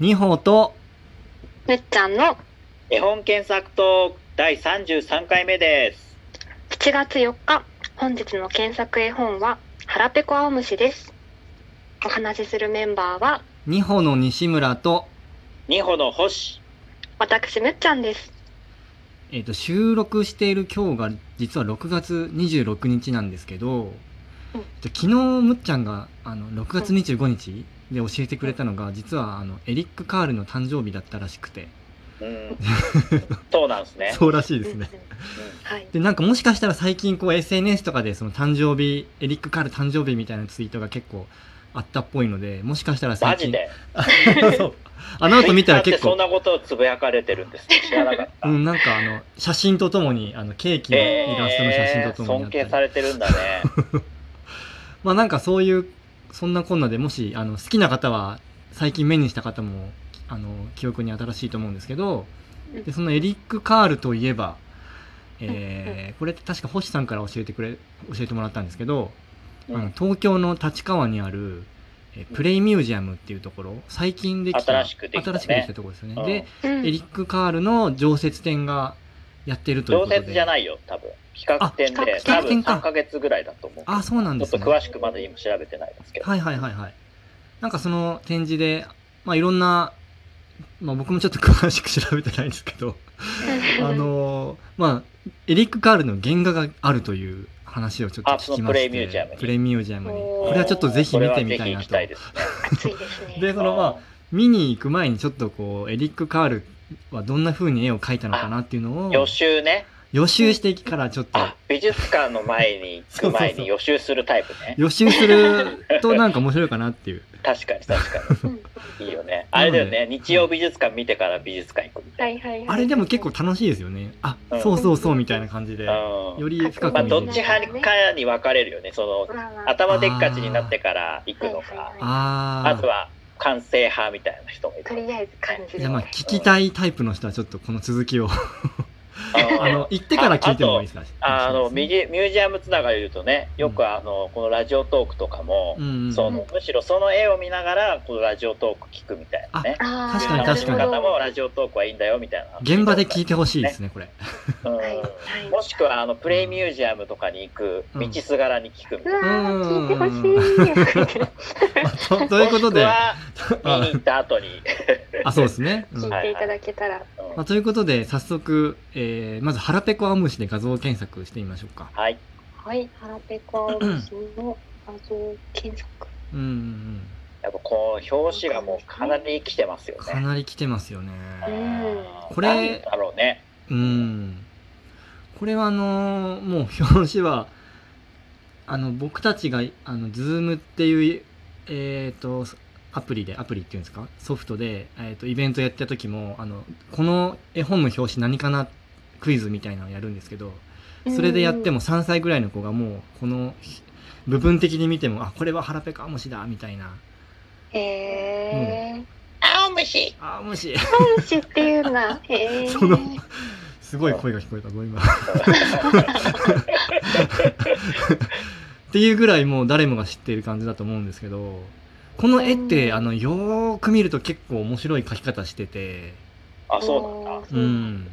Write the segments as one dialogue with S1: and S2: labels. S1: 二歩と
S2: むっちゃんの
S3: 絵本検索と第33回目です。
S2: 7月4日本日の検索絵本は腹ペコ青虫ですお話しするメンバーは
S1: 二歩の西村と、
S3: 二歩の星。
S2: 私むっちゃんです
S1: えっ、と、収録している今日が実は6月26日なんですけど、
S2: うん
S1: えっと昨日むっちゃんがあの6月25日で教えてくれたのが、実はあのエリック・カールの誕生日だったらしくて、
S3: うん。そうなんですね。
S1: そうらしいですね。
S2: うんうんはい
S1: でなんかもしかしたら最近こう SNS とかでその誕生日エリック・カール誕生日みたいなツイートが結構あったっぽいのでもしかしたら
S3: マ
S1: 最
S3: ジ
S1: 近
S3: で。
S1: そうあの後見たら結
S3: Twitter ってそん
S1: 構、
S3: なことをつぶやかれてるんですね。知らなかっ た。
S1: うん、なんかあの写真とともにあのケーキのイラストの写真とともにあ
S3: 尊
S1: ったり、
S3: 敬されてるん だね。
S1: まあなんかそういうそんなこんなでもしあの好きな方は最近目にした方もあの記憶に新しいと思うんですけど
S2: うん
S1: でそのエリック・カールといえば、えーこれって確か星さんから教えてくれ教えてもらったんですけど、
S3: うん
S1: あの東京の立川にあるえープレイミュージアムっていうところ最近できた
S3: 新しくできたね
S1: 新しくできたところですよね、
S3: うん
S1: で、
S2: うん
S1: エリック・カールの常設展がやってるという
S3: 常
S1: ことで
S3: 設じゃないよ、多分。企画展
S2: あ
S3: で、
S2: 企
S3: 多
S1: 画
S3: 分
S1: 展か
S3: 3ヶ月ぐらいだと思う。
S1: あそうなん
S3: ちょ
S1: で
S3: っ
S1: す
S3: と
S1: ね
S3: 詳しくまだ今調べてないですけど。
S1: はいはいはいはい。なんかその展示で、まあいろんな、まあ僕もちょっと詳しく調べてないんですけど、あのーまあ、エリック・カールの原画があるという話をちょっと
S3: あそ
S1: 聞
S3: の
S1: きまして、
S3: プレイミュージアムに
S1: プレイミュージアムに。
S2: おー
S1: これはちょっとぜひ見てみたいな
S3: こ
S1: と
S3: れは。ぜひ行きた
S2: 暑
S3: いですね
S2: いですね
S1: で、そのまあ、見に行く前にちょっとこう、エリック・カールはどんな風に絵を描いたのかなっていうの
S3: うん
S1: を
S3: 予習ね。
S1: 予習していきからちょっと
S3: あ、美術館の前に行く前に予習するタイプね。
S1: 予習するとなんか面白いかなっていう。
S3: 確かに確かに。
S2: うん
S3: いいよね。あれだよね。
S1: うん
S3: 日曜美術館見てから美術館行くみた
S2: はいいはいはい
S1: あれでも結構楽しいですよね。あ
S3: う、ん
S1: そうそうそうみたいな感じで。
S3: な。
S1: よ
S3: うん。
S1: り深く
S3: まあ、
S1: 見れ
S3: ど
S1: る
S3: っち派かに分かれるよね。そ
S2: まあま
S3: の、
S2: あ
S3: 頭でっかちになってから行く
S2: はい
S3: の
S2: はい
S3: か
S2: はい、
S1: あ
S3: あとは完成派みたいな人もい
S2: と
S3: る。
S2: りあえず感じ
S1: あ。
S2: で
S1: いやまあ聞きたいタイプの人はちょっとこの続きを
S3: うん
S1: あの行ってから聞いてもいいですか
S3: あの、ミ
S1: 右
S3: ュージアムつながりで言うとね、よくあの、このラジオトークとかも、
S1: うんうん
S3: そのむしろその絵を見ながら、このラジオトーク聞くみたいなね。
S2: あー
S1: 確かに確かに
S2: なる
S3: 方
S2: ほど
S3: もラジオトークはいいんだよみたいな。
S1: 現場で聞いてほしいですねこれ。
S3: うん
S2: はいはい
S3: もしくはあのプレイミュージアムとかに行く
S1: うん
S3: 道すがらに聞くみたいな
S2: うわー聞いてほしい
S1: とということで あ
S3: もしくは見に行った後に。
S1: そうですね。うん
S2: 聞いていただけたら
S3: うん
S1: まあということで早速、えーまず腹ペコアムシで画像検索してみましょうか。
S3: はい。
S2: はい、腹ペコ青虫の画像検索。
S1: うんうんうん
S3: やっぱこの表紙がもうかなり来てますよ
S1: か
S3: ね。
S1: なり来てますよね。
S2: ん
S1: これ
S3: なんだろうね。
S1: うん。これはあのーもう表紙は、あの、僕たちが、あの、ズームっていう、えっ、と、アプリで、アプリっていうんですかソフトで、えっ、と、イベントやった時も、あの、この絵本の表紙何かなクイズみたいなのをやるんですけど、それでやっても3歳ぐらいの子がもう、この、部分的に見ても、あ、これは腹ペコアムシだ、みたいな。
S2: うん。へー。
S3: 青 虫
S1: あ、アムシ
S2: 天使っていうんだ。へー。
S1: そのすごい声が聞こえたぞ、今。っていうぐらいもう誰もが知っている感じだと思うんですけどこの絵って、
S2: うん
S1: あのよーく見ると結構面白い描き方してて
S3: あ、そうなんだ。
S1: うん、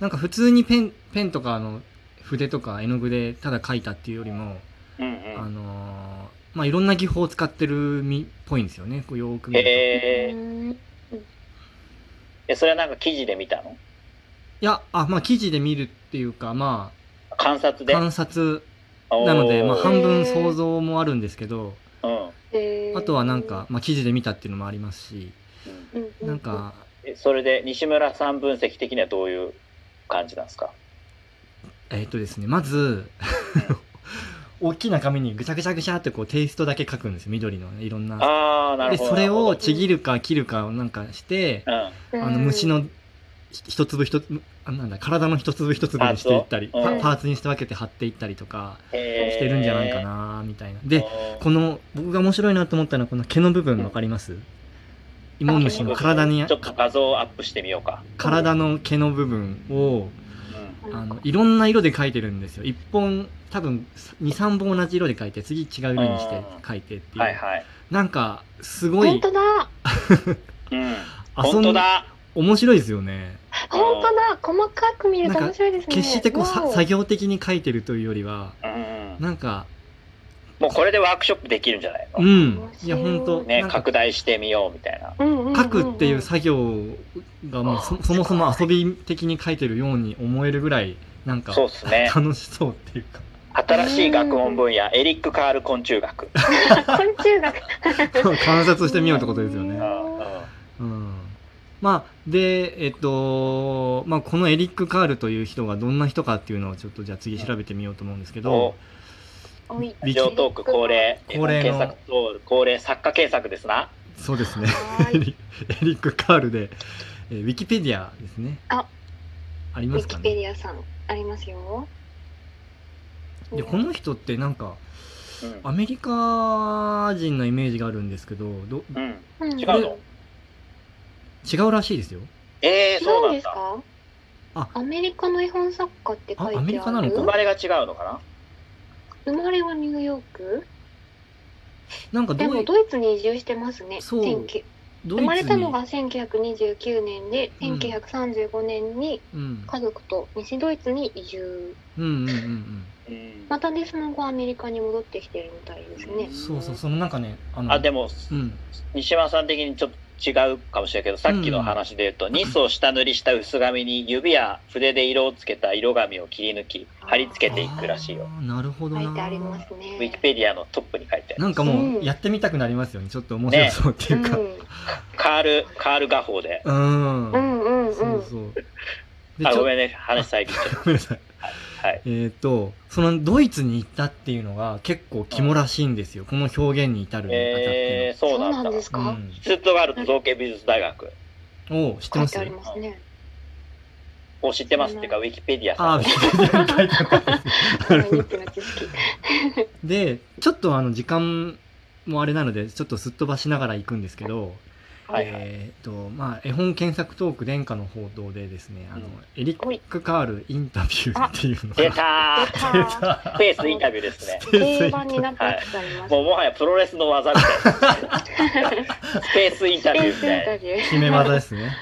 S1: なんか普通にペンペンとかあの筆とか絵の具でただ描いたっていうよりも、
S3: うんう
S1: あ
S3: ん。
S1: のーまあいろんな技法を使ってるみっぽいんですよねこうよーく見ると、
S3: へえ。
S2: うん
S3: え、それはなんか記事で見たの
S1: いやあまあ記事で見るっていうかま
S3: 観察
S1: あ
S3: で。
S1: 観察
S3: おー
S1: なので、まあ、半
S2: へ
S1: 分
S2: ー
S1: 想像もあるんですけど
S3: うん
S2: へー
S1: あとはなんか、まあ、記事で見たっていうのもありますし
S3: うん
S2: うう
S1: なんか
S3: えそれで西村さん分析的にはどういう感じなんですか
S1: えーっとですね、まず、 大きな紙にぐちゃぐちゃぐちゃってこうテイストだけ書くんですよ、緑のね、いろんな。
S3: ああ、なる
S1: で、
S3: ほど。
S1: それ
S3: な
S1: を
S3: る
S1: ちぎるか切るかをなんかして、
S3: ほど、うん。
S1: あの虫のひ一粒一粒、あなんだ、体の一粒一粒にしていったり、
S3: パーツをうん
S1: パパーツにして分けて貼っていったりとか
S3: し
S1: してるんじゃないか。なみたいな。で、
S3: で
S1: この、僕が面白いなと思ったのはこの毛の部分わかりますイモムシの体に
S3: ちょ、っと画像をアップしてみようか。
S1: 体の毛の部分を、
S3: うん
S1: あのいろんな色で描いてるんですよ1本多分23本同じ色で描いて次違う色にして
S3: うん
S1: 描いてっていう、
S3: はいはい。
S1: なんかすご
S2: 本
S1: い
S2: 当だ。
S3: うん。
S1: 遊
S3: 本当だ
S1: 面白いですよね
S2: 本当だ細かく見ると面白いですね
S1: 決してこうさ
S2: わお
S1: 作業的に書いてるというよりは
S3: うん
S1: なんか
S3: もうこれでワークショップできるんじゃない
S1: う
S3: の、
S1: んいや本当
S3: ね
S1: なんか
S3: 拡大してみようみたいな
S2: うんうんうんうん
S1: 書くっていう作業がもうそそもそも遊び的に書いてるように思えるぐらいなんか
S3: そうっすね
S1: 楽しそうっていうか
S3: 新しい学問分野エリック・カール昆虫学、
S2: 昆虫学
S1: 観察してみようってことですよ
S3: う
S1: ね。
S3: んうん
S1: うんまあ、で、えっと、まあ、このエリック・カールという人がどんな人かっていうのをちょっとじゃあ次調べてみようと思うんですけど、
S2: おい
S1: ビキ
S3: ラジオトーク恒例
S1: 恒例の
S3: 検索と恒例作家検索ですな
S1: そうですね。
S2: は
S1: エ
S2: ーい
S1: リエリック・カールで、えーウィキペディアですね。
S2: あ
S1: あり
S2: ウ
S1: ます
S2: ィキ
S1: か
S2: ペ
S1: ね。
S2: ディアさんありますよ
S1: で、この人ってなんか、
S3: うん
S1: アメリカ人のイメージがあるんですけど、ど
S3: うん、
S2: うん
S3: 違う
S1: これ
S3: の
S1: 違うらしいですよ。
S3: えー、そう
S2: 違う
S3: なんん
S2: です
S3: だ
S2: か
S1: あ
S2: アメリカの絵本作家って書いてある
S1: あアメリカなの
S3: 生
S1: か
S3: まれが違うのかな
S2: 生まれはニューヨーク
S1: なんか
S2: で
S1: ド
S2: も
S1: イ
S2: ドイツに移住してますね
S1: そう
S2: 19
S1: ドイツに
S2: 生まれたのが1929年で
S1: うん
S2: 1935年に
S1: うん
S2: 家族と西ドイツに移住
S1: うんうんうんうん。
S3: うん
S2: またでその後アメリカに戻ってきてるみたいですね
S1: そうそう、そのなんかね、あの、
S3: あでも、
S1: うん。
S3: 西村さん的にちょっと違うかもしれないけどさっきの話で言うと、ニスを下塗りした薄紙に指や筆で色をつけた色紙を切り抜き貼り付けていくらしいよ
S1: あーなるほど
S2: 書
S1: な。
S2: いてあります
S3: ウィ
S2: ね
S3: キペディアのトップに書いてある
S1: なんかもうやってみたくなりますよね。ちょっと面白そうっていうか。
S3: カールカール画法で
S1: うん。
S2: うんうんうんうん
S1: そうそう。で
S3: あ
S1: ちょ
S3: ごめんね話遮っちゃ
S1: ごめんなさい。
S3: うはい
S1: えっ、と、そのドイツに行ったっていうのが結構肝らしいんですよ。この表現に至るにあたって
S3: えー、
S2: そ
S3: そうう
S2: な
S3: なんんだ
S2: ですか、
S1: の。
S3: シュツットガルト造形美術大学
S1: うん。を知って
S2: 書
S1: ま
S2: い
S1: す
S2: てありますね
S3: を知ってますっていうかウィキペディア
S1: あ
S3: さ
S1: あ、
S3: ん
S1: ビッグ書いてあったんです
S2: ニ
S1: ね。
S2: ッチな知識
S1: で、ちょっとあの時間もあれなので、ちょっとすっ飛ばしながら行くんですけど、
S3: はいはい
S1: えーとまあ、絵本検索トーク殿下の報道でですね、あの
S3: うん
S1: エリック・カールインタビューっていうの
S3: 出
S1: が
S3: た
S2: 出た
S3: ーフェイスインタビューですね
S2: 定番になってきちゃいました
S3: もうもはやプロレスの技みたいなスペースインタビューみ
S2: スイン
S3: た
S2: タ
S3: い
S2: ビュ
S1: 決め技ですね。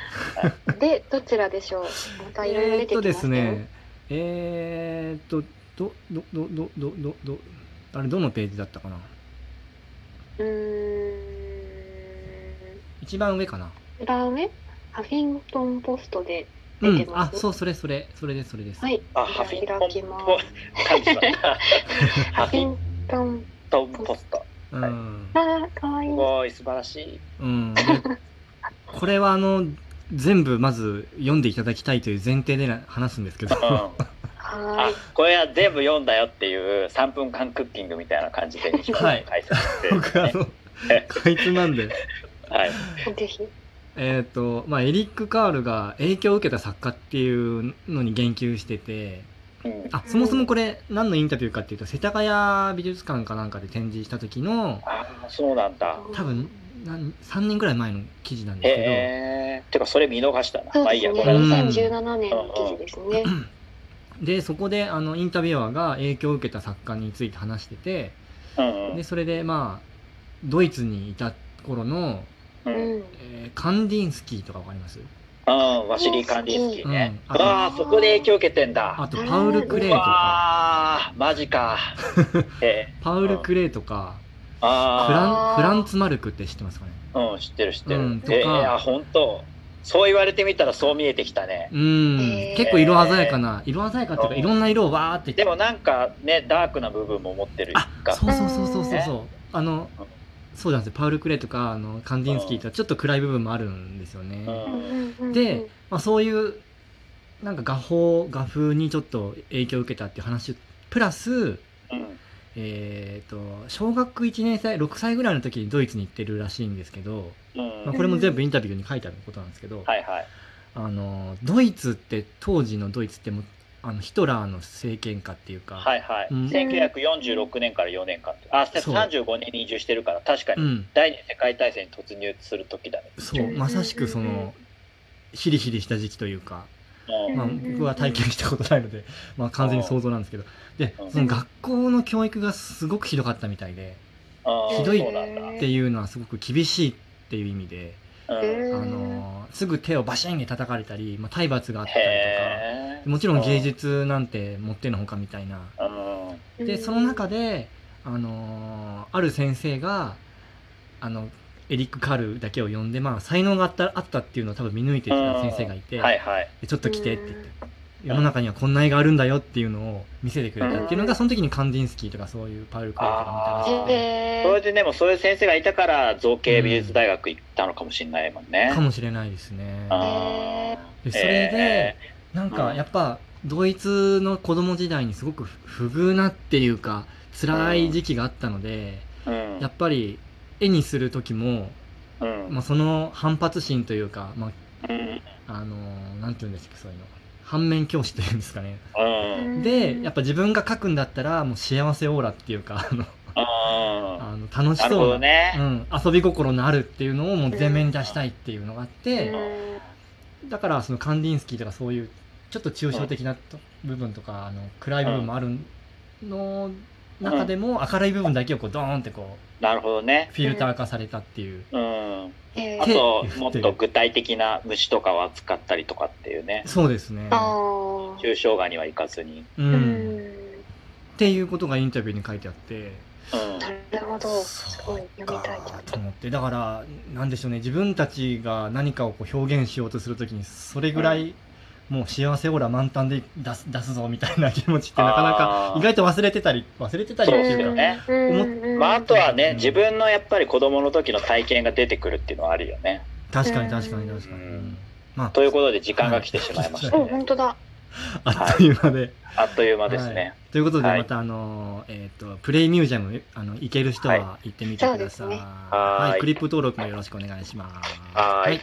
S2: ーでどちらでしょうまたいろいろ
S1: えー
S2: 出
S1: って
S2: き
S1: と
S2: ま
S1: で
S2: した
S1: す
S2: よ、
S1: ね、えーっと、ど、ど、ど、ど、ど、ど、ど、あれ、どのページだったかな
S2: うーん
S1: 一番上かな
S2: 裏上ハフィントンポストで
S1: う
S2: 出
S1: ん
S2: て、ま
S1: あ
S2: す、
S1: そう、それ、それ、それです、それです。
S2: はい
S3: あハフィントン
S2: 開きます
S3: ポ感じました
S2: ハ
S3: ハ
S2: フ
S3: フ
S2: ィ
S3: ィ
S2: ン
S3: ン
S2: トン
S3: トンポスト
S1: うん。
S2: あーかわい
S3: す
S2: い
S3: ごい素晴らしい
S1: うん、でこれはあの全部まず読んでいただきたいという前提でな話すんですけど
S3: うん、あ
S2: は
S3: これは全部読んだよっていう3分間クッキングみたいな感じで西村さんが解説し て、
S1: 僕あのかいつなんで
S3: はい、
S2: いぜひ
S1: えっとまあエリック・カールが影響を受けた作家っていうのに言及してて
S3: うん
S1: あそもそもこれ何のインタビューかっていうと世田谷美術館かなんかで展示した時の
S3: あそうなんだ
S1: 多分なん3年ぐらい前の記事なんですけど、
S3: へえてかそれ見逃したな
S2: そう
S3: まあ
S2: で
S3: いい
S2: す
S3: や
S2: ね
S3: ごめんなさい、
S1: うん
S2: 2017年の記事ですね
S1: でそこであのインタビュアーが影響を受けた作家について話してて
S3: うん
S1: でそれでまあドイツにいた頃の、
S2: う
S3: う
S2: ん
S3: うん
S2: ん
S1: えーカンディンスキーとかわかります、
S3: うんワシリー・カンディンスキーね、
S1: うんあ
S3: ああそこで影響受けてんだ
S1: あとパウル・クレイとか
S3: うわあマ ジかええ
S1: パウル・クレイとかフ
S3: あ
S1: ランフランツ・マルクって知ってますかね
S3: あうん知ってる知ってる、
S1: うんとか
S3: ええあ本当そう言われてみたらそう見えてきたね
S1: うん、
S2: へー
S1: 結構色鮮やかな色鮮やかっていうか
S3: うん
S1: いろんな色をわーって
S3: でもなんかねダークな部分も持ってる
S1: あ
S3: か
S1: そうそうそうそうそうそうあの
S3: うん
S1: そうなんですよパウル・クレイとかあのカンディンスキーとかちょっと暗い部分もあるんですよね、
S3: うん
S1: でまあ、そういうなんか画法画風にちょっと影響を受けたっていう話プラス
S3: うん
S1: えー、と小学1年生6歳ぐらいの時にドイツに行ってるらしいんですけど、
S3: うん
S1: まあ、これも全部インタビューに書いてあることなんですけど、
S3: はいはい
S1: あのドイツって当時のドイツってもうあのヒトラーの政権下っていうか、
S3: はいはい、
S1: うん
S3: 1946年から4年間ってあ
S1: そう
S3: 35年に移住してるから確か
S1: う
S3: に
S1: ん、
S3: 第二次世界大戦に突入する時だね、
S1: そう
S2: うん
S1: まさしくそのヒリヒリした時期というか、
S3: うん
S1: まあ、僕は体験したことないので、まあ、完全に想像なんですけどでその学校の教育がすごくひどかったみたいで
S3: あー
S1: ひどい
S3: そうなんだ、
S1: っていうのはすごく厳しいっていう意味で。
S3: うん
S1: あ
S2: へー
S1: のすぐ手をバシンで叩かれたり、まあ、体罰があったり
S3: へ
S1: と
S3: え
S1: かもちろん芸術なんて持ってのほかみたいな
S3: うん
S1: でその中で、あのーある先生があのエリック・カールだけを呼んで、まあ、才能があったあったっていうのを多分見抜いてきた先生がいて、
S3: はいはい
S1: でちょっと来てって言って
S3: ん
S1: 世の中にはこんな絵があるんだよっていうのを見せてくれたっていうのがその時にカンディンスキーとかそういうパウル・クレイとか見たらしくて
S2: へ
S3: それ
S2: ー
S3: ででもそういう先生がいたから造形美術大学行ったのかもしれないもんね
S1: かもしれないですね。
S3: あ
S1: で
S3: ー
S1: それで、
S3: え
S1: なん
S3: う
S1: か
S3: ん
S1: やっぱドイツの子供時代にすごく不不遇なっていうか辛い時期があったので、
S3: ーうん
S1: やっぱり絵にする時も、
S3: うん
S1: まあ、その反発心というか、ま
S3: うん
S1: あ、あのーなんて言うんですかそういうの反面教師というんですかね。
S3: うん
S1: でやっぱ自分が描くんだったらもう幸せオーラっていうかあの
S3: あ
S1: あの楽し
S3: ーなるほ
S1: そう
S3: ど
S1: な、う
S3: ね
S1: ん、遊び心のあるっていうのをもう全面に出したいっていうのがあって。
S2: うん
S1: だからそのカンディンスキーとかそういうちょっと抽象的なと部分とかあの暗い部分もあるの中でも明るい部分だけをこうドーンってこ
S3: なるほどね
S1: うフィルター化されたっていう
S3: うん
S2: へー
S3: あともっと具体的な虫とかを扱ったりとかっていうね
S1: そうですね
S2: あー
S3: 抽象画にはいかずに
S1: う
S2: うん
S1: っ
S2: ん
S1: ていうことがインタビューに書いてあって
S3: うん
S2: なるほどすご
S1: そ
S2: い
S1: う
S2: 読みたい
S1: かと思ってだからなんでしょうね自分たちが何かをこう表現しようとするときにそれぐらいもう幸せオーラ満タンで出す出すぞみたいな気持ちってなかなか
S3: あー
S1: 意外と忘れてたり忘れてたりっ
S3: そ
S1: て
S3: うです
S1: いう
S3: よ
S1: か
S3: ね
S2: うんうん
S3: まあ、あとは
S1: うん
S3: ね自分のやっぱり子供の時の体験が出てくるっていうのはあるよね。
S1: 確かに確かに確かに。
S3: うん
S1: うんまあ、
S3: ということで時間が来てしまいました
S2: お
S3: ね。
S2: 本当だ
S1: あっという間で。
S3: あっという間です
S1: はい
S3: ね。
S1: ということで、
S3: はい
S1: また、あの、えっ、と、プレイミュージアム、あの、行ける人は行ってみてください。
S2: そうですね
S1: は。
S3: はいい
S1: クリップ登録もよろしくお願いします。
S3: はい